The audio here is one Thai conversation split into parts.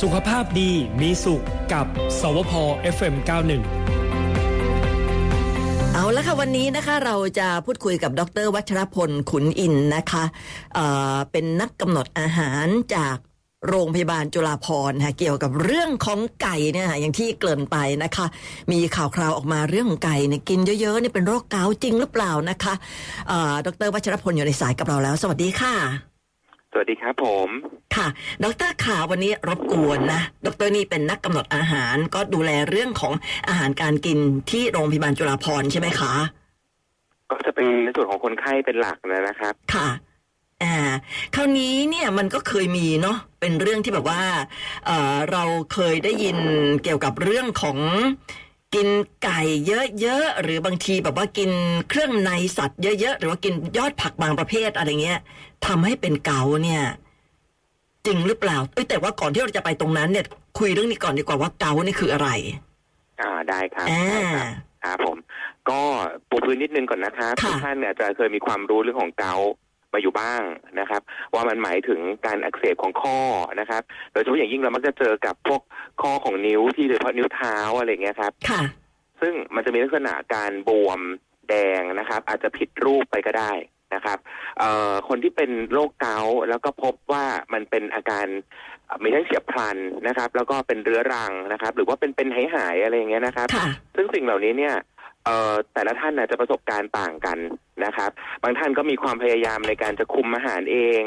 สุขภาพดีมีสุขกับสวพ FM91 เอาละค่ะวันนี้นะคะเราจะพูดคุยกับดร วัชรพลขุนอินทร์นะคะเอ่อเป็นนักกำหนดอาหารจากโรงพยาบาลจุฬาภรณ์ค่ะเกี่ยวกับเรื่องของไก่เนี่ยค่ะอย่างที่เกริ่นไปนะคะ มีข่าวคราวออกมาเรื่องของไก่เนี่ยกินเยอะๆเนี่ยเป็นโรคเกาต์จริงหรือเปล่านะคะเอ่อดร วัชรพลอยู่ในสายกับเราแล้ว สวัสดีค่ะ สวัสดีครับผม ค่ะ ดรขาวันนี้รบกวนนะ ดรนี่เป็นนักกำหนดอาหารก็ดูแลเรื่องของอาหารการกินที่โรงพยาบาลจุฬาภรณ์ใช่ไหมคะ ก็จะเป็นในส่วนของคนไข้เป็นหลักนะครับ ค่ะ อ่า คราวนี้เนี่ยมันก็เคยมีเนาะ เป็นเรื่องที่แบบว่า เอ่อ เราเคยได้ยินเกี่ยวกับเรื่องของกินไก่เยอะๆ หรือบางทีแบบว่ากินเครื่องในสัตว์เยอะๆ หรือว่ากินยอดผักบางประเภทอะไรเงี้ยทำให้เป็นเกาต์เนี่ย จริงหรือเปล่าเอ้ยแต่ว่าก่อนที่เราจะไปตรงนั้นเนี่ย คุยเรื่องนี้ก่อนดีกว่าว่าเกาต์นี่คืออะไร อ่าได้ครับ อ่า ได้ครับครับผม ก็ปูพื้นนิดนึงก่อนนะครับ ค่ะ ทุกท่านเนี่ยจะเคยมีความรู้เรื่องของเกาต์มาอยู่บ้างนะครับ ว่ามันหมายถึงการอักเสบของข้อนะครับโดยเฉพาะอย่างยิ่งเรามักจะเจอกับพวกข้อของนิ้วที่โดยเฉพาะนิ้วเท้าอะไรเงี้ยครับ ค่ะ ซึ่งมันจะมีลักษณะการบวมแดงนะครับ อาจจะผิดรูปไปก็ได้นะครับเอ่อคนที่เป็นโรคเกาต์แล้วก็พบว่ามันเป็นอาการเอ่อมีทั้งเฉียบพลันนะครับ แล้วก็เป็นเรื้อรังนะครับ หรือว่าเป็นเป็นหายหายๆอะไรอย่างเงี้ยนะครับ ค่ะ ซึ่งสิ่งเหล่านี้เนี่ยเอ่อแต่ละท่านนะจะประสบการณ์ต่างกันนะครับ บางท่านก็มีความพยายามในการจะคุมอาหารเอง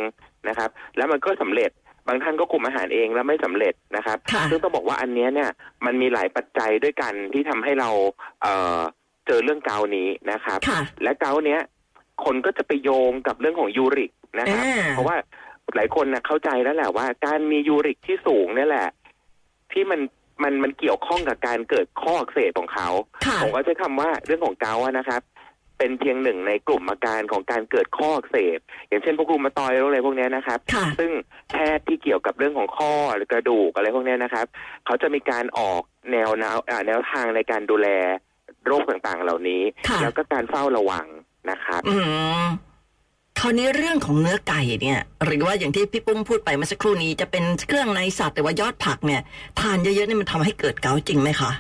นะครับ แล้วมันก็สำเร็จ บางท่านก็คุมอาหารเองแล้วไม่สำเร็จนะครับ ค่ะ ซึ่งต้องบอกว่าอันเนี้ยเนี่ยมันมีหลายปัจจัยด้วยกันที่ทำให้เราเอ่อเจอเรื่องเกาต์นี้นะครับ ค่ะ และเกาต์เนี้ยคนก็จะไปโยงกับเรื่องของยูริกนะครับ อ่า เพราะว่าหลายคนนะเข้าใจแล้วแหละว่าการมียูริกที่สูงเนี่ยแหละ ที่มันมันมันเกี่ยวข้องกับการเกิดข้ออักเสบของเขา ค่ะ ผมก็ใช้คำว่าเรื่องของเกาต์อะนะครับ เป็นเพียงหนึ่งในกลุ่มอาการของการเกิดข้ออักเสบ อย่างเช่นพวกรูมาตอยด์อะไรพวกเนี้ยนะครับ ค่ะ ซึ่งแพทย์ที่เกี่ยวกับเรื่องของข้อหรือกระดูกอะไรพวกเนี้ยนะครับ เขาจะมีการออกแนวแนวอ่าแนวทางในการดูแลโรคต่างๆ เหล่านี้ ค่ะ แล้วก็การเฝ้าระวังนะครับ อืมคราวนี้เรื่องของเนื้อไก่เนี่ย หรือว่าอย่างที่พี่ปุ้มพูดไปเมื่อสักครู่นี้จะเป็นเครื่องในสัตว์หรือว่ายอดผักเนี่ย ทานเยอะๆนี่มันทำให้เกิดเกาต์จริงไหมคะ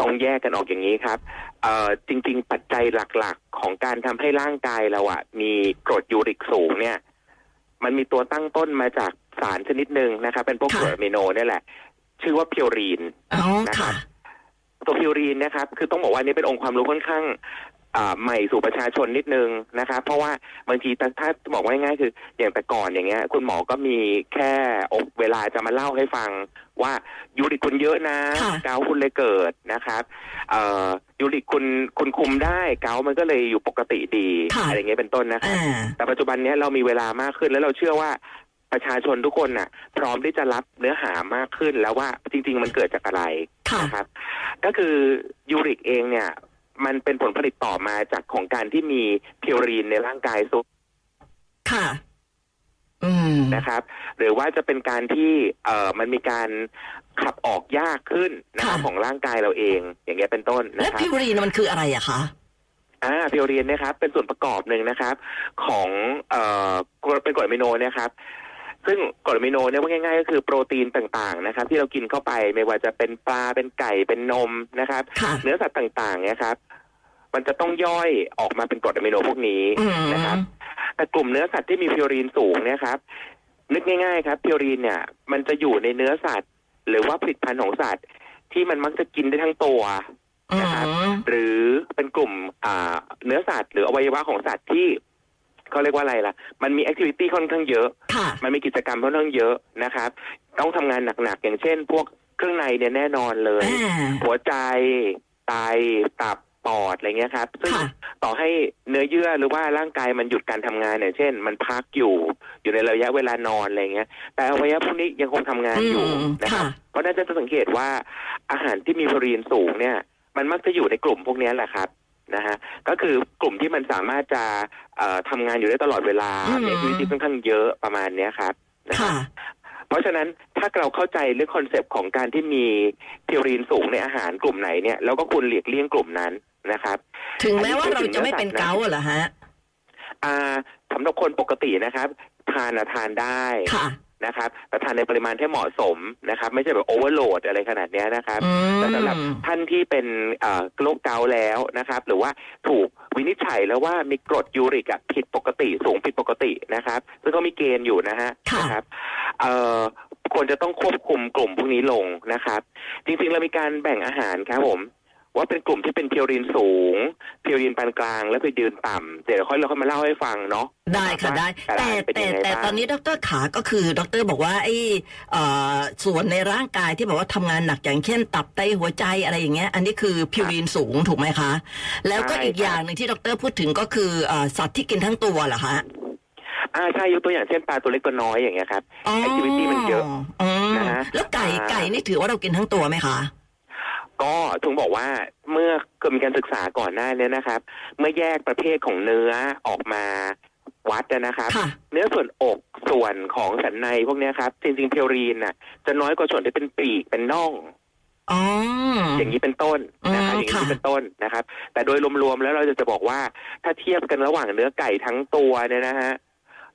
ต้องแยกกันออกอย่างนี้ครับเอ่อจริง ๆ ปัจจัยหลักๆ ของการทำให้ร่างกายเราอะมีกรดยูริกสูงเนี่ย มันมีตัวตั้งต้นมาจากสารชนิดหนึ่งนะครับ เป็นพวก ค่ะ กรดอะมิโนเนี่ยแหละ ชื่อว่าพิวรีน อ๋อค่ะ ตัวพิวรีนนะครับ คือต้องบอกว่านี่เป็นองค์ความรู้ค่อนข้างอ่าใหม่สู่ประชาชนนิดนึงนะครับ เพราะว่าบางทีแต่ถ้าบอกว่าง่ายๆคือ อย่างแต่ก่อนอย่างเงี้ย คุณหมอก็มีแค่เวลาจะมาเล่าให้ฟังว่ายูริกคุณเยอะนะ ค่ะ เกาต์คุณเลยเกิดนะครับเอ่อยูริกคุณคุณคุมได้เกาต์มันก็เลยอยู่ปกติดีอะไรอย่างเงี้ยเป็นต้นนะครับ อ่า แต่ปัจจุบันเนี้ยเรามีเวลามากขึ้นแล้วเราเชื่อว่าประชาชนทุกคนน่ะ พร้อมที่จะรับเนื้อหามากขึ้นแล้วว่าจริง ๆ มันเกิดจากอะไร ค่ะ นะครับ ก็คือยูริกเองเนี่ย มันเป็นผลผลิตต่อมาจากของการที่มีพิวรีนในร่างกายสูง ค่ะ อืม นะครับ หรือว่าจะเป็นการที่เอ่อมันมีการขับออกยากขึ้นนะครับ ค่ะ ของร่างกายเราเอง อย่างเงี้ยเป็นต้น และ นะครับ พิวรีนมันคืออะไรอะคะ อ่าพิวเรียนนะครับ เป็นส่วนประกอบหนึ่งนะครับ ของเอ่อกรดเป็นกรดอะมิโนนะครับ ซึ่งกรดอะมิโนเนี่ยว่าง่ายๆ ก็คือโปรตีนต่างๆนะครับ ที่เรากินเข้าไปไม่ว่าจะเป็นปลาเป็นไก่เป็นนมนะครับ ค่ะ เนื้อสัตว์ต่างๆเนี่ยครับ มันจะต้องย่อยออกมาเป็นกรดอะมิโนพวกนี้ อืม นะครับ แต่กลุ่มเนื้อสัตว์ที่มีพิวรีนสูงเนี่ยครับ นึกง่ายๆ ครับพิวรีนเนี่ย มันจะอยู่ในเนื้อสัตว์ หรือว่าผลิตภัณฑ์ของสัตว์ ที่มันมักจะกินได้ทั้งตัว อื นะครับ ม หรือเป็นกลุ่มอ่าเนื้อสัตว์หรืออวัยวะของสัตว์ที่เขาเรียกว่าอะไรล่ะ มันมีแอคทิวิตี้ค่อนข้างเยอะ ค่ะ มันมีกิจกรรมค่อนข้างเยอะนะครับ ต้องทำงานหนักๆ อย่างเช่น พวกเครื่องในเนี่ยแน่นอนเลย อ่า หัวใจ ไต ตับ ปอด อะไรเงี้ยครับ ซึ่ง ค่ะ ต่อให้เนื้อเยื่อหรือว่าร่างกายมันหยุดการทำงานเนี่ยเช่น มันพักอยู่ อยู่ในระยะเวลานอนอะไรเงี้ย แต่อวัยวะพวกนี้ยังคงทำงานอยู่ อืม นะครับ ค่ะ เพราะน่าจะสังเกตว่าอาหารที่มีโปรตีนสูงเนี่ย มันมักจะอยู่ในกลุ่มพวกนี้แหละครับนะฮะ ก็คือกลุ่มที่มันสามารถจะเอ่อทำงานอยู่ได้ตลอดเวลา อืม มีชีวิตที่ค่อนข้างเยอะประมาณเนี้ยครับนะฮะ ค่ะ เพราะฉะนั้นถ้าเราเข้าใจเรื่องคอนเซปต์ของการที่มีพิวรีนสูงในอาหารกลุ่มไหนเนี่ยเราก็ควรหลีกเลี่ยงกลุ่มนั้นนะครับ ถึงแม้ว่าเราจะไม่เป็นเกาต์เหรอฮะ อ่าสำหรับคนปกตินะครับ ทานอะทานได้ ค่ะ นะครับแต่ทานในปริมาณที่เหมาะสมนะครับ ไม่ใช่แบบโอเวอร์โหลดอะไรขนาดเนี้ยนะครับ อื แต่สำหรับ ม ท่านที่เป็นเอ่อโรคเกาต์แล้วนะครับ หรือว่าถูกวินิจฉัยแล้วว่ามีกรดยูริกอะผิดปกติ สูงผิดปกตินะครับ ซึ่งก็มีเกณฑ์อยู่นะฮะ ค่ะ นะครับเอ่อควรจะต้องควบคุมกลุ่มพวกนี้ลงนะครับ จริงๆเรามีการแบ่งอาหารครับผม ว่าเป็นกลุ่มที่เป็นเพียวรินสูง เพียวรินปานกลาง และเพียวรินต่ำเดี๋ยวเราค่อยเราค่อยมาเล่าให้ฟังเนาะ ได้ค่ะได้ แต่ เป็น แต่ ยังไง แต่ บ้าง ตอนนี้ดรขาก็คือดรบอกว่าไอ้เอ่อส่วนในร่างกายที่บอกว่าทำงานหนักอย่างเช่น ตับไตหัวใจอะไรอย่างเงี้ยอันนี้คือพิวรีนสูงถูกไหมคะ แล้วก็อีกอย่างหนึ่งที่ดรพูดถึงก็คือเอ่อสัตว์ที่กินทั้งตัวเหรอคะ อ่าใช่ยกตัวอย่างเช่นปลาตัวเล็กตัวน้อยอย่างเงี้ยครับ อ๋อ Activity มันเยอะ อืม นะฮะ แล้วไก่ อ่า ไก่นี่ถือว่าเรากินทั้งตัวไหมคะ ก็ถึงบอกว่าเมื่อเกิดมีการศึกษาก่อนหน้าเนี้นะครับ เมื่อแยกประเภทของเนื้อออกมาวัดนะครับ ค่ะ เนื้อส่วนอกส่วนของสันในพวกเนี้ยครับ จริงๆเพียวรีนน่ะจะน้อยกว่าส่วนที่เป็นปีกเป็นน่อง อ๋อ อย่างนี้เป็นต้นนะครับ อืม อย่าง ค่ะ นี้เป็นต้นนะครับ แต่โดยรวมๆแล้วเราจะจะบอกว่าถ้าเทียบกันระหว่างเนื้อไก่ทั้งตัวเนี่ยนะฮะ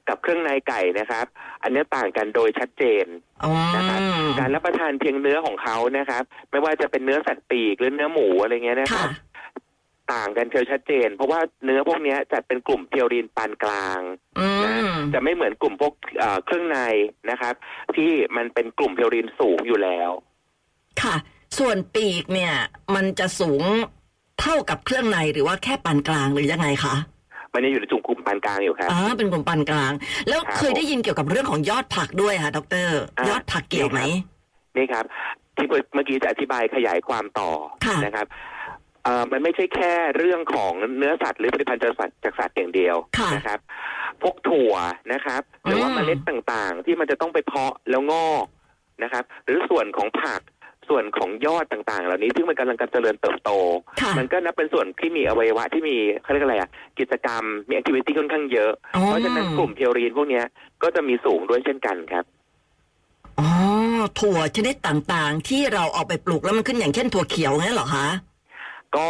กับเครื่องในไก่นะครับ อันเนี้ยต่างกันโดยชัดเจน อ๋อ นะครับ การรับประทานเพียงเนื้อของเขานะครับ ไม่ว่าจะเป็นเนื้อสัตว์ปีกหรือเนื้อหมูอะไรเงี้ยนะค ค่ะ รับ ต่างกันเชียวชัดเจน เพราะว่าเนื้อพวกเนี้ยจัดเป็นกลุ่มเพียวรีนปานกลาง อืม จะไม่เหมือนกลุ่มพวกเอ่อเครื่องในนะครับ ที่มันเป็นกลุ่มเพียวรีนสูงอยู่แล้ว ค่ะ ส่วนปีกเนี่ย มันจะสูงเท่ากับเครื่องในหรือว่าแค่ปานกลางหรือยังไงคะ มันยังอยู่ในกลุ่มกลุ่มปานกลางอยู่ครับ อ๋อเป็นกลุ่มปานกลาง แล้ว ครับ เคยได้ยินเกี่ยวกับเรื่องของยอดผักด้วยค่ะดอกเตอร อ่าย ยอดผักเกี่ยวไหม ครับ นี่ครับ ที่เมื่อกี้จะอธิบายขยายความต่อ ค่ะ นะครับเอ่อมันไม่ใช่แค่เรื่องของเนื้อสัตว์หรือผลิตภัณฑ์จากสัตว์จากสัตว์อย่างเดียว ค่ะ นะครับ พวกถั่วนะครับ หรือว่า อืม เมล็ดต่างๆ ที่มันจะต้องไปเพาะแล้วงอกนะครับ หรือส่วนของผักส่วนของยอดต่างๆ เหล่านี้ซึ่งมันกำลังกำลังเจริญเติบโต ค่ะ มันก็นับเป็นส่วนที่มีอวัยวะที่มีเขาเรียกอะไรอ่ะกิจกรรมมีแอคทิวิตี้ค่อนข้างเยอะ อ๋อ เพราะฉะนั้นกลุ่มเพียวรีนพวกเนี้ยก็จะมีสูงด้วยเช่นกันครับ อ๋อถั่วชนิดต่างๆ ที่เราเอาไปปลูกแล้วมันขึ้นอย่างเช่นถั่วเขียวงั้นเหรอคะ ก็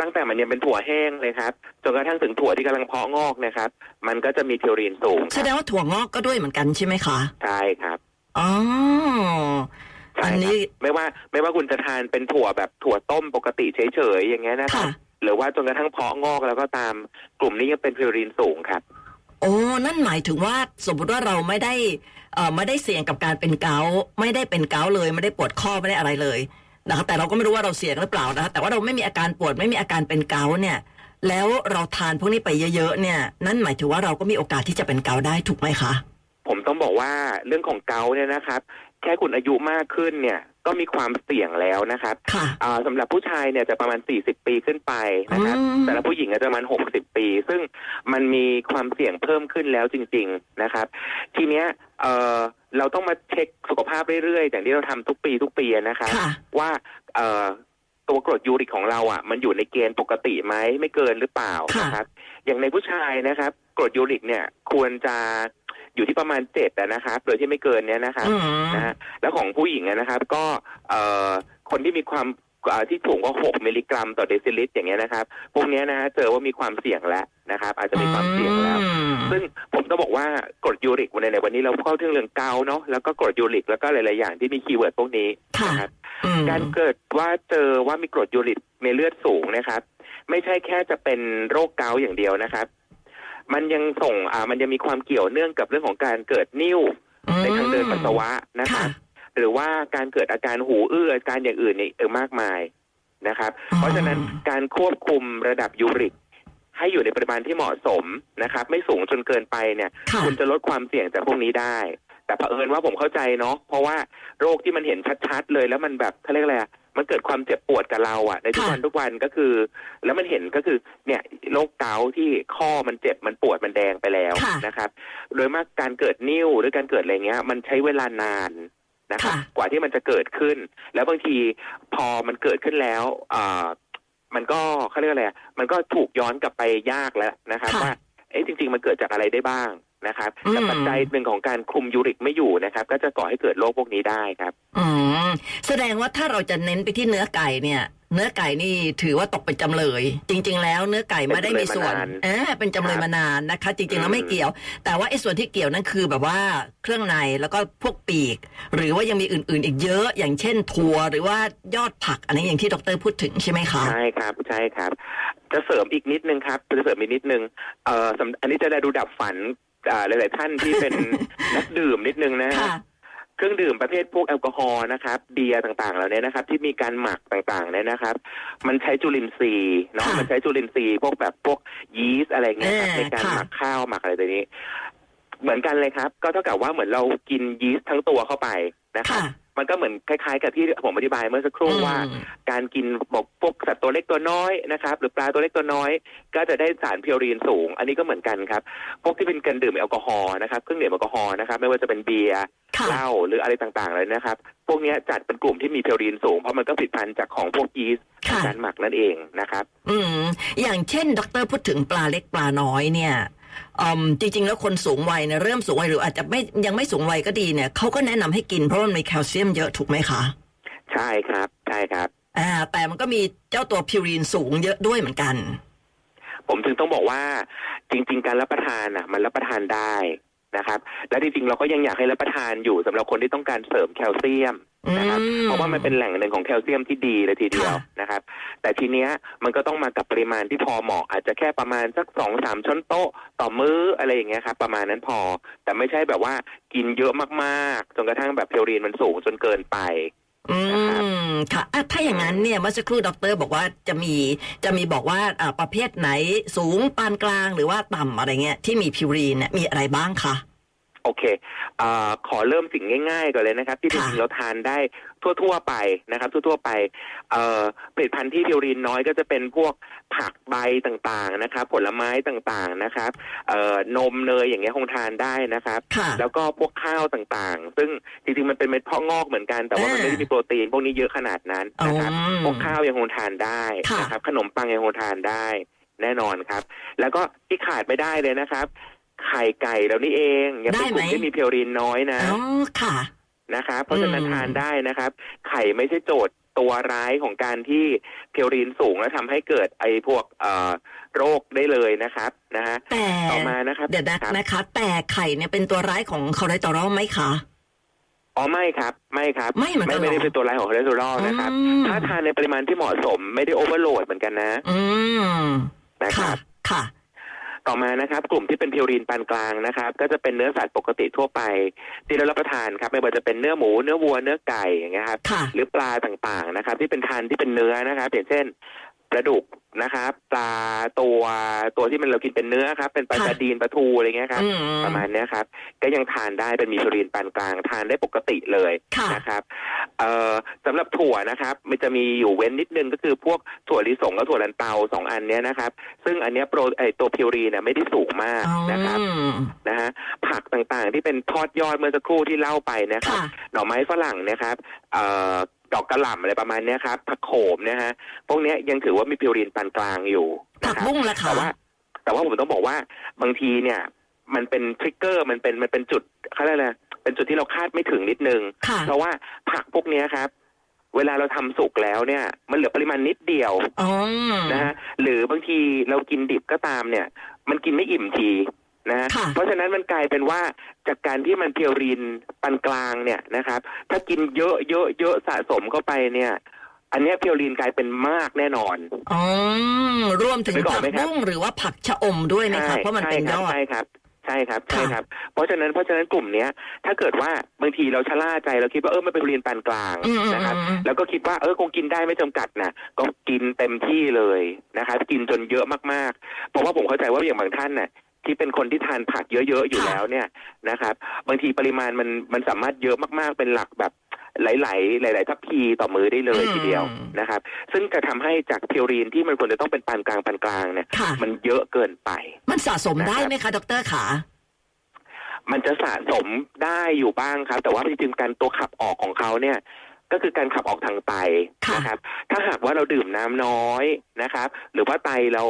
ตั้งแต่มันยังเป็นถั่วแห้งเลยครับจนกระทั่งถึงถั่วที่กำลังเพาะงอกนะครับ มันก็จะมีเพียวรีนสูง แสดงว่าถั่วงอกก็ด้วยเหมือนกันใช่ไหมคะ ใช่ครับ อ๋อ ใช่ อัน ครับ นี้ ไม่ว่าไม่ว่าคุณจะทานเป็นถั่วแบบถั่วต้มปกติเฉยๆอย่างเงี้ยนะครั ค่ะ บ หรือว่าจนกระทั่งเพาะงอกแล้วก็ตามกลุ่มนี้ยังเป็นเพียวรีนสูงครับ โอ้นั่นหมายถึงว่าสมมติว่าเราไม่ได้เอ่อไม่ได้เสี่ยงกับการเป็นเกาต์ไม่ได้เป็นเกาต์เลย ไม่ได้ปวดข้อไม่ได้อะไรเลยนะคะแต่เราก็ไม่รู้ว่าเราเสี่ยงหรือเปล่านะคะแต่ว่าเราไม่มีอาการปวดไม่มีอาการเป็นเกาต์เนี่ย แล้วเราทานพวกนี้ไปเยอะๆเนี่ย นั่นหมายถึงว่าเราก็มีโอกาสที่จะเป็นเกาต์ได้ถูกไหมคะ ผมต้องบอกว่าเรื่องของเกาต์เนี่ยนะครับ แค่คุณอายุมากขึ้นเนี่ยก็มีความเสี่ยงแล้วนะครับ ค่ะ อ่าสำหรับผู้ชายเนี่ยจะประมาณ 40 ปีขึ้นไปนะครับ อืม แต่ละผู้หญิงก็จะประมาณ 60 ปี ซึ่งมันมีความเสี่ยงเพิ่มขึ้นแล้วจริง ๆนะครับ ทีเนี้ยเอ่อเราต้องมาเช็คสุขภาพเรื่อยๆ อย่างที่เราทำทุกปีทุกปีนะครับ ค่ะ ว่าเอ่อตัวกรดยูริกของเราอ่ะ มันอยู่ในเกณฑ์ปกติไหมไม่เกินหรือเปล่า ค่ะ นะครับ อย่างในผู้ชายนะครับ กรดยูริกเนี่ยควรจะอยู่ที่ประมาณเจ็ดอะนะครับ โดยที่ไม่เกินเนี้ยนะครับ อืม นะฮะแล้วของผู้หญิงอะนะครับ ก็เอ่อคนที่มีความเอ่อที่สูงกว่าหกมิลลิกรัมต่อเดซิลิตรอย่างเงี้ยนะครับ พวกเนี้ยนะฮะเจอว่ามีความเสี่ยงแล้วนะครับ อาจจะมีความเสี่ยงแล้ว อืม ซึ่งผมต้องบอกว่ากรดยูริกในในวันนี้เราเข้าถึงเรื่องเกาต์เนาะแล้วก็กรดยูริกแล้วก็หลายๆอย่างที่มีคีย์เวิร์ดพวกนี้ ค่ะ นะครับ อืม การเกิดว่าเจอว่ามีกรดยูริกในเลือดสูงนะครับ ไม่ใช่แค่จะเป็นโรคเกาต์อย่างเดียวนะครับ มันยังส่งอ่ามันยังมีความเกี่ยวเนื่องกับเรื่องของการเกิดนิ่วในทางเดินปัสสาวะนะค ค่ะ รับหรือว่าการเกิดอาการหูอื้ออาการอย่างอื่นอีกเออมากมายนะครับ อ๋อ เพราะฉะนั้นการควบคุมระดับยูริก ให้อยู่ในปริมาณที่เหมาะสมนะครับ ไม่สูงจนเกินไปเนี่ย ค่ะ คุณจะลดความเสี่ยงจากพวกนี้ได้ แต่เผอิญว่าผมเข้าใจเนาะ เพราะว่าโรคที่มันเห็นชัดๆ เลย แล้วมันแบบเขาเรียกอะไรอะมันเกิดความเจ็บปวดกับเราอะในทุกวัน ค่ะ ทุกวันก็คือ แล้วมันเห็นก็คือ เนี่ยโรคเกาต์ที่ข้อมันเจ็บ มันปวด มันแดงไปแล้วนะครับ โดยมากการเกิดนิ่วหรือการเกิดอะไรเงี้ย มันใช้เวลานานนะครับ ค่ะ กว่าที่มันจะเกิดขึ้น แล้วบางทีพอมันเกิดขึ้นแล้วอ่ามันก็เขาเรียกอะไรอะมันก็ถูกย้อนกลับไปยากแล้วนะครับ ค่ะ ว่า เอ๊ะจริง ๆ มันเกิดจากอะไรได้บ้าง นะครับ อืม แต่ปัจจัยหนึ่งของการคุมยูริกไม่อยู่นะครับ ก็จะก่อให้เกิดโรคพวกนี้ได้ครับ อืมแสดงว่าถ้าเราจะเน้นไปที่เนื้อไก่เนี่ย เนื้อไก่นี่ถือว่าตกเป็นจำเลย จริง ๆ แล้วเนื้อไก่ไม่ได้มีส่วน เป็นจำเออเป็นจำเลยมานานเลย ครับ มานานนะคะ จริงๆแล้ว อืม ไม่เกี่ยว แต่ว่าไอ้ส่วนที่เกี่ยวนั่นคือแบบว่าเครื่องในแล้วก็พวกปีก หรือว่ายังมีอื่น ๆ อีกเยอะอย่างเช่นถั่วหรือว่ายอดผักอันนี้อย่างที่ดรพูดถึงใช่ไหมคะ ใช่ครับใช่ครับ จะเสริมอีกนิดนึงครับจะเสริมอีกนิดนึงเอ่อสำอันนี้จะได้ดูดับฝันอ่าหลาย ๆ ท่านที่ เป็น นักดื่มนิดนึงนะ ค่ะ เครื่องดื่มประเภทพวกแอลกอฮอล์นะครับเบียร์ต่างๆเหล่านี้นะครับ ที่มีการหมักต่างๆเนี่ยนะครับ มันใช้จุลินทรีย์เนาะ ค่ะ มันใช้จุลินทรีย์พวกแบบพวกยีสต์อะไรเงี้ยครับ เออ ในการ ค่ะ หมักข้าวหมักอะไรตัวนี้ เหมือนกันเลยครับ ก็เท่ากับว่าเหมือนเรากินยีสต์ทั้งตัวเข้าไปนะครับ ค่ะ มันก็เหมือนคล้าย ๆ กับที่ผมอธิบายเมื่อสักครู่ว่า อืม การกินบอกพวกสัตว์ตัวเล็กตัวน้อยนะครับ หรือปลาตัวเล็กตัวน้อย ก็จะได้สารเพียวรีนสูง อันนี้ก็เหมือนกันครับ พวกที่เป็นการดื่มแอลกอฮอล์นะครับเครื่องดื่มแอลกอฮอล์นะครับ ไม่ว่าจะเป็นเบียร์ ค่ะ เหล้าหรืออะไรต่างๆเลยนะครับ พวกเนี้ยจัดเป็นกลุ่มที่มีเพียวรีนสูง เพราะมันก็ผลิดพันธุ์จากของพวกยีสต์ ค่ะ การหมักนั่นเองนะครับ อืมอย่างเช่นดรพูดถึงปลาเล็กปลาน้อยเนี่ยอืมจริง ๆ แล้วคนสูงวัยเนี่ยเริ่มสูงวัยหรืออาจจะไม่ยังไม่สูงวัยก็ดีเนี่ยเขาก็แนะนำให้กินเพราะมันมีแคลเซียมเยอะถูกไหมคะ ใช่ครับใช่ครับ อ่าแต่มันก็มีเจ้าตัวพิวรีนสูงเยอะด้วยเหมือนกัน ผมถึงต้องบอกว่าจริง ๆ การรับประทานอ่ะ มันรับประทานได้นะครับ และจริงๆเราก็ยังอยากให้รับประทานอยู่สำหรับคนที่ต้องการเสริมแคลเซียม อื นะครับ ม เพราะว่ามันเป็นแหล่งหนึ่งของแคลเซียมที่ดีเลยทีเดียว ค่ะ นะครับ แต่ทีเนี้ยมันก็ต้องมากับปริมาณที่พอเหมาะ อาจจะแค่ประมาณสักสองสามช้อนโต๊ะต่อมื้ออะไรอย่างเงี้ยครับประมาณนั้นพอ แต่ไม่ใช่แบบว่ากินเยอะมากๆจนกระทั่งแบบเพลรีนมันสูงจนเกินไป อืมค่ะอ่ะถ้าอย่างนั้นเนี่ยเมื่อสักครู่ดรบอกว่าจะมีจะมีบอกว่าอ่าประเภทไหนสูงปานกลางหรือว่าต่ำอะไรเงี้ยที่มีพิวรีนเนี่ยมีอะไรบ้างคะ โอเคเออขอเริ่มสิ่งง่ายๆก่อนเลยนะครับ ที่จ ค่ะ ริงๆเราทานได้ทั่วๆไปนะครับ ทั่วๆไปเอ่อผลิตภัณฑ์ที่พิวรีนน้อยก็จะเป็นพวกผักใบต่างๆนะครับ ผลไม้ต่างๆนะครับเอ่อนมเนยอย่างเงี้ยคงทานได้นะครับ ค่ะ แล้วก็พวกข้าวต่างๆ ซึ่งจริงๆมันเป็นเม็ดเพาะงอกเหมือนกันแต่ว่ามัน อ่า ไม่ได้มีโปรตีนพวกนี้เยอะขนาดนั้น อื นะครับ ม พวกข้าวยังคงทานได้ ค่ะ นะครับขนมปังยังคงทานได้แน่นอนครับ แล้วก็ที่ขาดไม่ได้เลยนะครับ ไข่ไก่เรานี่เองยังเป็นกลุ่มที่มีเพลรินน้อยนะ อ๋อค่ะ นะครับ เพราะฉะนั้น อืม ทานได้นะครับ ไข่ไม่ใช่โจทย์ตัวร้ายของการที่เพลรินสูงแล้วทำให้เกิดไอ้พวกเอ่อโรคได้เลยนะครับนะฮะ แต่ ต่อมานะครับ เดี๋ยวนะครับ นะคะ แต่ไข่เนี่ยเป็นตัวร้ายของคอเลสเตอรอลไหมคะ อ๋อไม่ครับไม่ครับ ไม่เหมือนกั ไม่ น ไม่หได้รอ เป็นตัวร้ายของคอเลสเตอรอลนะครับ อืม ถ้าทานในปริมาณที่เหมาะสมไม่ได้โอเวอร์โหลดเหมือนกันนะ อืม นะค ค่ะ รับ ค่ะ ต่อมานะครับ กลุ่มที่เป็นพิวรีนปานกลางนะครับ ก็จะเป็นเนื้อสัตว์ปกติทั่วไป ที่เรารับประทานครับ ไม่ว่าจะเป็นเนื้อหมูเนื้อวัวเนื้อไก่อย่างเงี้ยครับ ค่ะ หรือปลาต่างๆนะครับ ที่เป็นทานที่เป็นเนื้อนะครับอย่างเช่นปลาดุกนะครับปลาตัวตัวที่มันเรากินเป็นเนื้อครับ เป็นปลา ค่ะ ตะดีนปลาทูอะไรเงี้ยครับ อื ประมาณเนี้ยครับ ก็ยังทานได้เป็นมีพิวรีนปานกลางทานได้ปกติเลย ค่ะ นะครับเอ่อสำหรับถั่วนะครับ มันจะมีอยู่เว้นนิดนึงก็คือพวกถั่วลิสงกับถั่วลันเตาสองอันเนี้ยนะครับ ซึ่งอันเนี้ยโปรไอตัวพิวรีนเนี่ยไม่ได้สูงมาก อื นะครับ ม นะฮะผักต่างๆที่เป็นทอดยอดเมื่อสักครู่ที่เล่าไปนะครับ ค่ะ หน่อไม้ฝรั่งนะครับเอ่อดอกกระหล่ำอะไรประมาณเนี้ยครับผักโขมนะฮะพวกเนี้ยยังถือว่ามีพิวรีนปานกลางอยู่ ผั นะ ก ครับ บุ้งละคะ แต่ว่าแต่ว่าผมต้องบอกว่าบางทีเนี่ย มันเป็นทริกเกอร์มันเป็นมันเป็นจุดเขาเรียกอะไรเป็นจุดที่เราคาดไม่ถึงนิดนึง ค่ะ เพราะว่าผักพวกเนี้ยครับ เวลาเราทำสุกแล้วเนี่ย มันเหลือปริมาณนิดเดียว อ๋อ นะฮะหรือบางทีเรากินดิบก็ตามเนี่ย มันกินไม่อิ่มทีนะฮะ ค่ะ เพราะฉะนั้นมันกลายเป็นว่าจากการที่มันเพียวรินปานกลางเนี่ยนะครับ ถ้ากินเยอะเยอะเยอะสะสมเข้าไปเนี่ย อันเนี้ยเพียวรินกลายเป็นมากแน่นอน อ๋อรวมถึง นึกออ ผั ก ก ไหมครับ บุ้งหรือว่าผักชะอมด้วยไหมคะเพราะมันเป็นยอด ใช่ครับใช่ครับ ค่ะ ใช่ครับ เพราะฉะนั้นเพราะฉะนั้นกลุ่มเนี้ย ถ้าเกิดว่าบางทีเราชะล่าใจเราคิดว่าเออมันเป็นเรียนปานกลาง อืมอืม นะครับ อืม แล้วก็คิดว่าเออคงกินได้ไม่จำกัดนะก็กินเต็มที่เลยนะครับกินจนเยอะมากๆ เพราะว่าผมเข้าใจว่าอย่างบางท่านน่ะที่เป็นคนที่ทานผักเยอะๆอยู่แล้วเนี่ยนะครับ บางทีปริมาณมันมันสามารถเยอะมากๆเป็นหลักแบบหลาย ๆ หลาย ๆ ทัพพีต่อมือได้เลยทีเดียวนะครับ ซึ่งจะทำให้จากเพียวรีนที่มันควรจะต้องเป็นปานกลางปานกลางเนี่ย ค่ะ มันเยอะเกินไป มันสะสมได้ไหมคะดรขา มันจะสะสมได้อยู่บ้างครับ แต่ว่าจริงๆการตัวขับออกของเขาเนี่ย ก็คือการขับออกทางไต ค่ะ นะครับ ถ้าหากว่าเราดื่มน้ำน้อยนะครับ หรือว่าไตเรา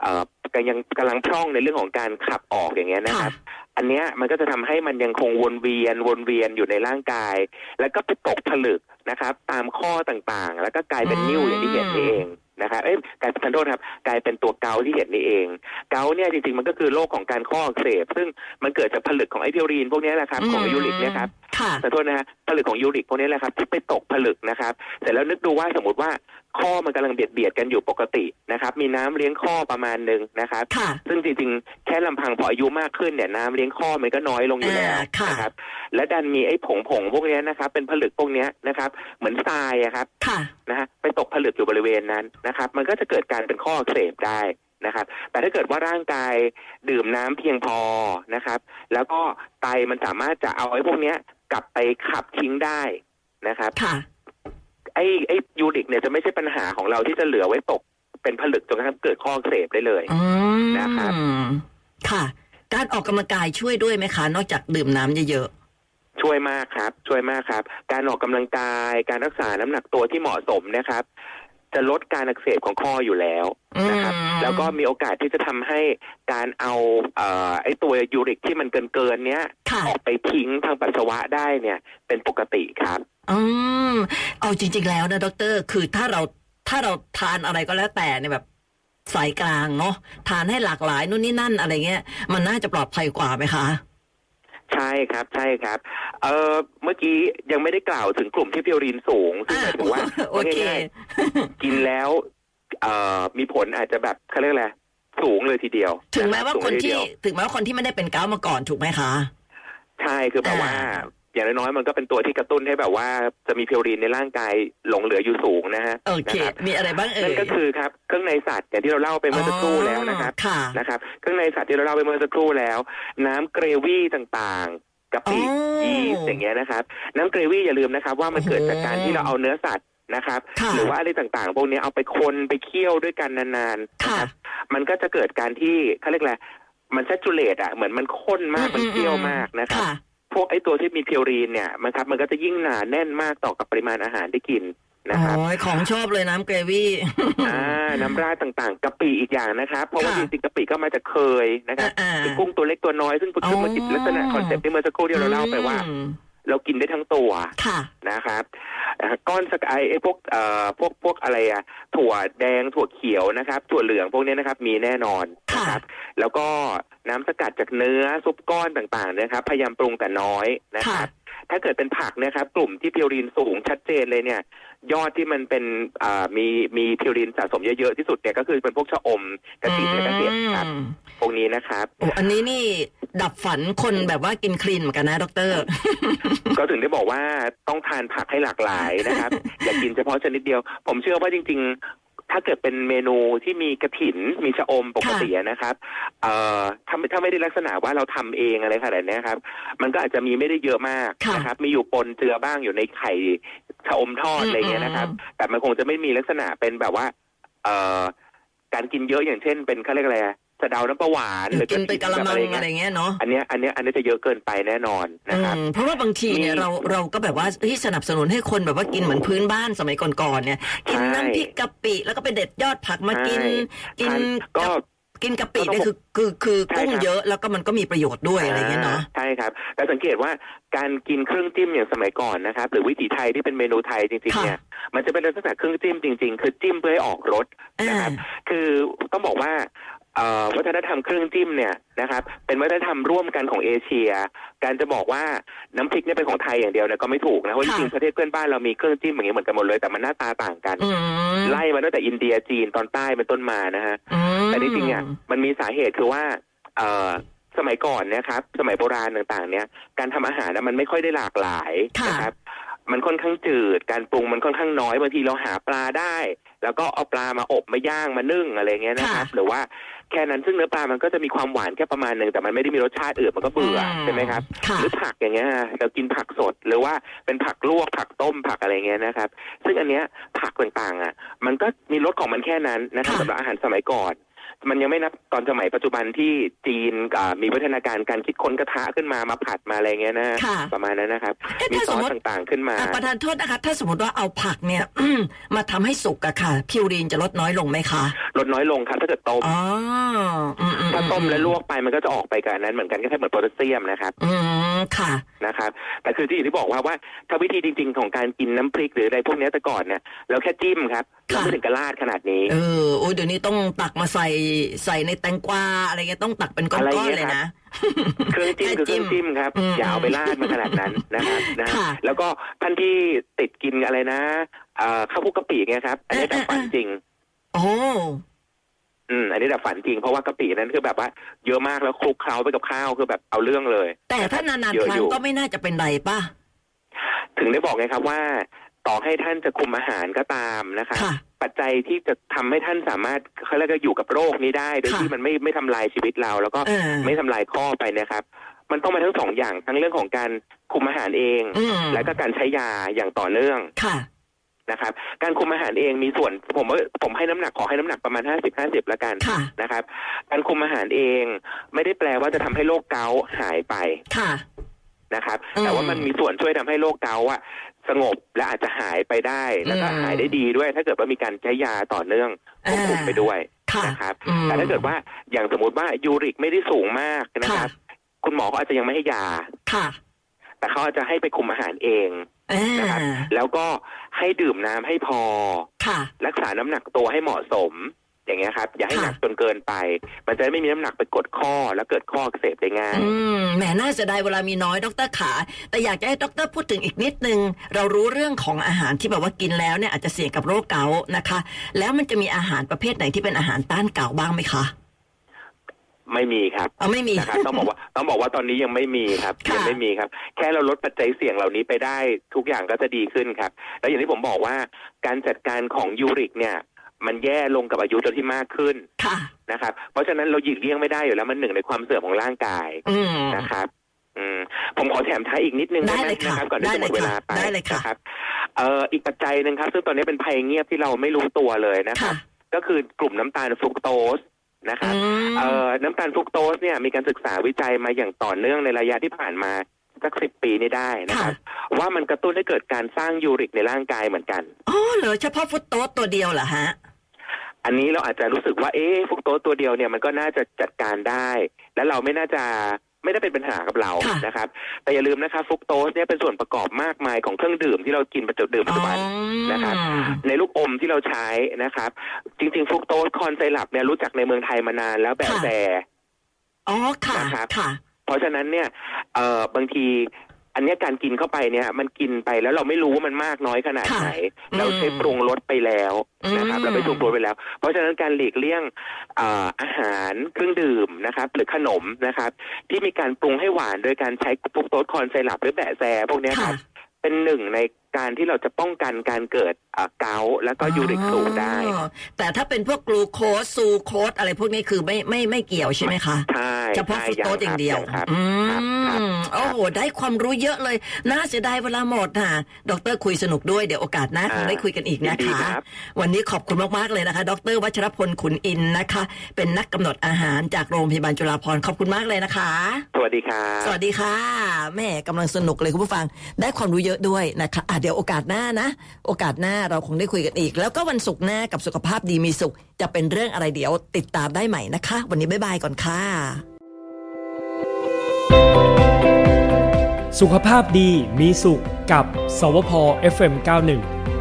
เอ่อกำยังกำลังพร่องในเรื่องของการขับออกอย่างเงี้ยนะค ค่ะ รับ อันเนี้ยมันก็จะทำให้มันยังคงวนเวียนวนเวียนอยู่ในร่างกาย แล้วก็ไปตกผลึกนะครับ ตามข้อต่างๆ แล้วก็กลายเป็นนิ่วอย่างที่เห็นนี่เองนะครับเอ้ยกลายเป็นขอโทษครับ กลายเป็นตัวเกาที่เห็นนี่เอง เกาเนี่ยจริงๆมันก็คือโรคของการข้ออักเสบซึ่งมันเกิดจากผลึกของไอพิวรีนพวกเนี้ยแหละครับของยูริกเนี่ยครับ ค่ะ ขอโทษนะฮะผลึกของยูริกพวกนี้แหละครับที่ไปตกผลึกนะครับเสร็จแล้วนึกดูว่าสมมติว่าข้อมันกำลังเบียดเบียดกันอยู่ปกตินะครับมีน้ำเลี้ยงข้อประมาณหนึ่งนะครับ ค่ะ ซึ่งจริงๆแค่ลำพังพออายุมากขึ้นเนี่ยน้ำเลี้ยงข้อมันก็น้อยลงอยู่แล้ว อ่าค่ะ นะครับและดันมีไอ้ผงผงๆพวกเนี้ยนะครับ เป็นผลึกพวกเนี้ยนะครับ เหมือนทรายอะครับ ค่ะ นะฮะไปตกผลึกอยู่บริเวณนั้นนะครับ มันก็จะเกิดการเป็นข้ออักเสบได้นะครับ แต่ถ้าเกิดว่าร่างกายดื่มน้ำเพียงพอนะครับ แล้วก็ไตมันสามารถจะเอาไอ้พวกเนี้ยกลับไปขับทิ้งได้นะครับ ค่ะ ไอ้ไอ้ยูริกเนี่ยจะไม่ใช่ปัญหาของเราที่จะเหลือไว้ตกเป็นผลึกจนกระทั่งเกิดข้ออักเสบได้เลย อืม นะครับ ค่ะ การออกกำลังกายช่วยด้วยไหมคะ นอกจากดื่มน้ำเยอะ ช่วยมากครับ ช่วยมากครับ การออกกำลังกายการรักษาน้ำหนักตัวที่เหมาะสมนะครับ จะลดการอักเสบของข้ออยู่แล้ว ๆอืม นะครับแล้วก็มีโอกาสที่จะทำให้การเอาเอ่อไอ้ตัวยูริกที่มันเกินเกินๆเนี้ย ค่ะ ออกไปทิ้งทางปัสสาวะได้เนี่ยเป็นปกติครับ อืมเอาจริง ๆ แล้วนะดอกเตอรคือถ้าเราถ้าเราทานอะไรก็แล้วแต่เนี่ยแบบสายกลางเนาะทานให้หลากหลายนู่นนี่นั่นอะไรเงี้ย มันน่าจะปลอดภัยกว่าไหมคะ ใช่ครับใช่ครับเออเมื่อกี้ยังไม่ได้กล่าวถึงกลุ่มที่พิวรีนสูงซึ่งหมายถึงว่า อ่ ะโอเค ง่ายๆกินแล้วเอ่อมีผลอาจจะแบบเขาเรียกอะไรสูงเลยทีเดียว ถึงแม้ ะรับ ว่า สู คน เลย ที่ เดียว ถึงแม้ว่าคนที่ไม่ได้เป็นเกาต์มาก่อนถูกไหมคะ ใช่คือแบบ อ่า ว่า อย่างน้อยๆมันก็เป็นตัวที่กระตุ้นให้แบบว่า จะมีพิวรีนในร่างกายหลงเหลืออยู่สูงนะฮะ โอเค นะครับ มีอะไรบ้างเอ่ นั่ ย นก็คือครับเครื่องในสัตว์อย่างที่เราเล่าไปเมื่อสักครู่แล้วนะครับ ค่ะ นะครับเครื่องในสัตว์ที่เราเล่าไปเมื่อสักครู่แล้ว น้ำเกรวี่ต่างๆกะปิ อ๋อ ยีสต์อย่างเงี้ยนะครับ น้ำเกรวี่อย่าลืมนะครับ ว่ามันเกิดจากการที่เราเอาเนื้อสัตว์นะครับ ค่ะ หรือว่าอะไรต่างๆ พวกเนี้ยเอาไปคนไปเคี่ยวด้วยกันนานๆนะ ค่ะ ครับมันก็จะเกิดการที่เขาเรียกอะไรมันแซจูเลตอ่ะเหมือนมันข้นมากมันเคี่ยวมากนะครับ ค่ะ พวกไอ้ตัวที่มีพิวรีนเนี่ยมันครับมันก็จะยิ่งหนาแน่นมากต่อกับปริมาณอาหารที่กินนะครับ โอ้ยของชอบเลยน้ำเกรวี่ อ่าน้ำราดต่างๆกะปิอีกอย่างนะครับ เพราะว่าจ ค่ะ ริงๆกะปิก็มาจากเคยนะครับ อ่าๆ คือกุ้งตัวเล็กตัวน้อยซึ่งเพิ่งมากิน อ๋อ ลักษณะคอนเซ็ปต์ที่เมื่อสักครู่ที่เราเล่าไปว่า อืม เรากินได้ทั้งตัว ค่ะ นะครับอ่าก้อนสกายไอ้พวกเอ่อพวกพวกอะไรอะถั่วแดงถั่วเขียวนะครับ ถั่วเหลืองพวกเนี้ยนะครับ มีแน่นอนนะ ค่ะ ครับ แล้วก็น้ำสกัดจากเนื้อซุปก้อนต่างๆนะครับ พยายามปรุงแต่น้อยนะค ค่ะ รับ ถ้าเกิดเป็นผักเนะครับ กลุ่มที่พิวรีนสูงชัดเจนเลยเนี่ย ยอดที่มันเป็นอ่ามีมีพิวรีนสะสมเยอะๆที่สุดเนี่ยก็คือเป็นพวกชะอมกระติบและกระเทียมครับ อืม พวกนี้นะครับ โอ้อันนี้นี่ดับฝันคนแบบว่ากินคลีนเหมือนกันนะดอกเตอร ก็ถึงได้บอกว่าต้องทานผักให้หลากหลาย นะครับ อย่ากินเฉพาะชนิดเดียว ผมเชื่อว่าจริง ๆ ถ้าเกิดเป็นเมนูที่มีกระถินมีชะอมปกติอะนะครับเอ่อถ้าไม่ถ้าไม่ได้ลักษณะว่าเราทำเองอะไรขนาดเนี้ยครับ มันก็อาจจะมีไม่ได้เยอะมาก ค่ะ นะครับ มีอยู่ปนเจือบ้างอยู่ในไข่ชะอมทอดอะไรเงี้ยนะครับ แต่มันคงจะไม่มีลักษณะเป็นแบบว่า เอ่อการกินเยอะอย่างเช่น เป็นเขาเรียกอะไรอะสะเดาน้ำปลาหวานหรือ กินไปกะละมัง แบบ อะไร เงี้ย เงี้ยเนาะ อันเนี้ยอันเนี้ยอันเนี้ยจะเยอะเกินไปแน่นอนนะครับ อืมเพราะว่าบางทีเนี่ย มี เราเราก็แบบว่าที่สนับสนุนให้คนแบบว่ากินเหมือนพื้นบ้านสมัยก่อนๆเนี่ย กิน ใช่ น้ำพริกกะปิ แล้วก็ไปเด็ดยอดผักมากิน ใช่ กิน ทานก็ กะกินกะปิ ก็ต้อง เนี่ยคือคือคือ ใช่ กุ้ง ครับ เยอะแล้วก็มันก็มีประโยชน์ด้วยอะไรเงี้ยเนาะ ใช่ครับ แต่สังเกตว่าการกินเครื่องจิ้มอย่างสมัยก่อนนะครับ หรือวิถีไทยที่เป็นเมนูไทยจริงๆ ค่ะ เนี่ยมันจะเป็นลักษณะเครื่องจิ้มจริง ๆ คือจิ้มเพื่อให้ออกรส อ่า นะครับ คือต้องบอกว่าเอ่อวัฒนธรรมเครื่องจิ้มเนี่ยนะครับ เป็นวัฒนธรรมร่วมกันของเอเชีย การจะบอกว่าน้ำพริกเนี่ยเป็นของไทยอย่างเดียวเนี่ยก็ไม่ถูกนะเพราะจ ค่ะ ริงๆประเทศเพื่อนบ้านเรามีเครื่องจิ้มอย่างเงี้ยเหมือนกันหมดเลยแต่มันหน้าตาต่างกัน อืม ไล่มาตั้งแต่อินเดียจีนตอนใต้เป็นต้นมานะฮะ อืม แต่จริงๆเนี่ยมันมีสาเหตุคือว่าเอ่อสมัยก่อนเนะครับ สมัยโบราณต่างๆ เนี่ย การทำอาหารนะมันไม่ค่อยได้หลากหลาย ค่ะ นะครับ มันค่อนข้างจืด การปรุงมันค่อนข้างน้อยบางทีเราหาปลาได้ แล้วก็เอาปลามาอบมาย่างมานึ่งอะไรเงี้ยนะครับ หรือว่าแค่นั้นซึ่งเนื้อปลามันก็จะมีความหวานแค่ประมาณหนึ่งแต่มันไม่ได้มีรสชาติอื่นมันก็เบื่ออใช่ไหมครับ ค่ะ หรือผักอย่างเงี้ยฮะเรากินผักสดหรือว่าเป็นผักลวกผักต้มผักอะไรเงี้ยนะครับ ซึ่งอันเนี้ยผักต่างๆอ่ะ มันก็มีรสของมันแค่นั้นนะครับ ค่ะ สำหรับอาหารสมัยก่อน มันยังไม่นับตอนสมัยปัจจุบันที่จีนอ่ามีวัฒนาการการคิดค้นกระทะขึ้นมามาผัดมาอะไรเงี้ยนะ ค่ะ ประมาณนั้นนะครับ เอ๊ะ มี ถ้าสซอ ม ส มติ ต่างๆขึ้นมา อ่ะประธานโทษนะคะ ถ้าสมมติว่าเอาผักเนี่ย มาทำให้สุกอะค่ะ พิวรีนจะลดน้อยลงไหมคะ ลดน้อยลงครับถ้าเกิดต้ม อ๋ออืมอื ถ้าต้มและล ก วกไปมันก็จะออกไปกับอันนั้นเหมือนกันก็แค่เหมือนโพแทสเซียมนะครับ อืมค่ะ นะครับแต่คือที่อย่างที่บอกว่าว่าถ้าวิธีจริง ๆ ของการกินน้ำพริกหรืออะไรพวกเนี้ยแต่ก่อนเนี่ยเราแค่จิ้มครับเรา ค่ะ ไม่ถึงกระลาดขนาดนี้ เออโอ้ยเดี๋ยวนี้ต้องตักมาใส่ใส่ในแตงกวาอะไรเงี้ยต้องตักเป็นก้อนๆเลยนะ เครื่องจิ้มคือเครื่องจิ้มครับ อืม อย่าเอาไปลาดมันขนาด นั้นนะครับนะ ค่ะ แล้วก็ท่านที่ติดกินอะไรนะเอ่อข้าวพุกกะปิไงครับอันนี้ เออ ดับฝัน เออ จริง โอ้ อืมอันนี้ดับฝันจริงเพราะว่ากะปินั้นคือแบบว่าเยอะมากแล้วคลุกเคล้าไปกับข้าวคือแบบเอาเรื่องเลย แต่ถ้านา ะ น เย ๆ อะ ครั้ องยู่ ก็ไม่น่าจะเป็นไรป่ะ ถึงได้บอกไงครับว่า ต่อให้ท่านจะคุมอาหารก็ตามนะคะ ค่ะ ปัจจัยที่จะทำให้ท่านสามารถเขาเรียกว่าอยู่กับโรคนี้ได้ โดย ค่ะ ที่มันไม่ไม่ทำลายชีวิตเรา แล้วก็ เออ ไม่ทำลายข้อไปนะครับ มันต้องมาทั้งสองอย่างทั้งเรื่องของการคุมอาหารเอง อืม และก็การใช้ยาอย่างต่อเนื่อง ค่ะ นะครับ การคุมอาหารเองมีส่วนผมว่าผมให้น้ำหนักขอให้น้ำหนักประมาณ 50 50ละกัน ค่ะ นะครับ การคุมอาหารเองไม่ได้แปลว่าจะทำให้โรคเกาต์หายไป ค่ะ นะครับ อืม แต่ว่ามันมีส่วนช่วยทำให้โรคเกาต์อะสงบและอาจจะหายไปได้ แล้วก็ อืม หายได้ดีด้วย ถ้าเกิดว่ามีการใช้ยาต่อเนื่องควบคุมไปด้วย ค่ะ นะครับ อืม แต่ถ้าเกิดว่าอย่างสมมติว่ายูริกไม่ได้สูงมากนะค ค่ะ รับ คุณหมอเขาอาจจะยังไม่ให้ยา ค่ะ แต่เขาอาจจะให้ไปคุมอาหารเอง เอ นะครับ อ แล้วก็ให้ดื่มน้ำให้พอ ค่ะ รักษาน้ำหนักตัวให้เหมาะสม อย่างเงี้ยครับ อย่าให้ ค่ะ หนักจนเกินไป มันจะได้ไม่มีน้ำหนักไปกดข้อแล้วเกิดข้ออักเสบได้ง่าย อืมแหมน่าเสียดายเวลามีน้อยดรขา แต่อยากจะให้ดรพูดถึงอีกนิดนึง เรารู้เรื่องของอาหารที่แบบว่ากินแล้วเนี่ยอาจจะเสี่ยงกับโรคเกาต์นะคะ แล้วมันจะมีอาหารประเภทไหนที่เป็นอาหารต้านเกาต์บ้างไหมคะ ไม่มีครับ เอาไม่มี นะครับต้องบอกว่าต้องบอกว่าตอนนี้ยังไม่มีครับ ค่ะ ยัไม่มีครับ แค่เราลดปัจจัยเสี่ยงเหล่านี้ไปได้ทุกอย่างก็จะดีขึ้นครับ แล้วอย่างที่ผมบอกว่าการจัดการของยูริกเนี่ย มันแย่ลงกับอายุเราที่มากขึ้น ค่ะ นะครับ เพราะฉะนั้นเราหยิกเลี่ยงไม่ได้อยู่แล้วมันหนึ่งในความเสื่อมของร่างกาย อืม นะครับ อืมผมขอแถมท้ายอีกนิดนึง ได้ หม เลยค่ะ นะครับก่อนที่จะหมดเวลาไป ได้เลยค่ะ นะครับเอ่ออีกปัจจัยหนึ่งครับ ซึ่งตอนนี้เป็นภัยเงียบที่เราไม่รู้ตัวเลยนะครั ค่ะ บ ก็คือกลุ่มน้ำตาลฟรุกโตสนะครับ อืม เอ่อน้ำตาลฟรุกโตสเนี่ยมีการศึกษาวิจัยมาอย่างต่อเนื่องในระยะที่ผ่านมาสักสิบปีนี่ได้นะ ค่ะ ครับ ว่ามันกระตุ้นให้เกิดการสร้างยูริกในร่างกายเหมือนกัน อ๋อเหรอเฉพาะฟุตโต๊ดตัวเดียวเหรอฮะ อันนี้เราอาจจะรู้สึกว่าเอ๊ะฟรุกโตสตัวเดียวเนี่ยมันก็น่าจะจัดการได้ และเราไม่น่าจะไม่ได้เป็นปัญหากับเรา ค่ะ นะครับ แต่อย่าลืมนะคะฟรุกโตสเนี่ยเป็นส่วนประกอบมากมายของเครื่องดื่มที่เรากินปัจจุดื่มปัจจุบัน นะครับ ในลูกอมที่เราใช้นะครับ จริงๆฟรุกโตสคอนไซรัปเนี่ยรู้จักในเมืองไทยมานานแล้วแบบแต่ อ๋อค่ะ นะครับ ค่ะ เพราะฉะนั้นเนี่ยเอ่อบางที อันเนี้ยการกินเข้าไปเนี่ย มันกินไปแล้วเราไม่รู้ว่ามันมากน้อยขนาดไหน ค่ะ เราใช้ปรุงรสไปแล้วนะครับ อืม เราไปปรุงรสไปแล้ว เพราะฉะนั้นการหลีกเลี่ยงเอ่ออาหารเครื่องดื่มนะครับ หรือขนมนะครับ ที่มีการปรุงให้หวานโดยการใช้พวกโต๊ดคอนไซรัปหรือแบะแซพวกเนี้ยค ค่ะ รับเป็นหนึ่งในการที่เราจะป้องกันการเกิดเอ่อเกาต์แล้วก็ยูริกสูงได้ อ๋อแต่ถ้าเป็นพวกกลูโคสซูโคสอะไรพวกนี้คือไม่ไม่ไม่เกี่ยวใช่ไหมคะ ใช่ เฉพาะ ใช่ ฟรุตโตสอย่างเดียว ครับ อื ครับครับ ม โอ้โห ได้ความรู้เยอะเลย น่าเสียดายเวลาหมดค่ะ ดรคุยสนุกด้วย เดี๋ยวโอกาสหน้า อ่า คงได้คุยกันอีกนะ ยินดี คะ ครับ วันนี้ขอบคุณมาก ๆ เลยนะคะ ดรวัชรพลขุนอินทร์นะคะ เป็นนักกำหนดอาหารจากโรงพยาบาลจุฬาภรณ์ขอบคุณมากเลยนะคะ สวัสดีครับ สวัสดีค่ะแม่กำลังสนุกเลยคุณผู้ฟัง ได้ความรู้เยอะด้วยนะคะอ่ะเดี๋ยวโอกาสหน้านะ โอกาสหน้าเราคงได้คุยกันอีก แล้วก็วันศุกร์หน้ากับสุขภาพดีมีสุข จะเป็นเรื่องอะไรเดี๋ยวติดตามได้ใหม่นะคะ วันนี้บ๊ายบายก่อนค่ะ สุขภาพดีมีสุขกับสวพ FM91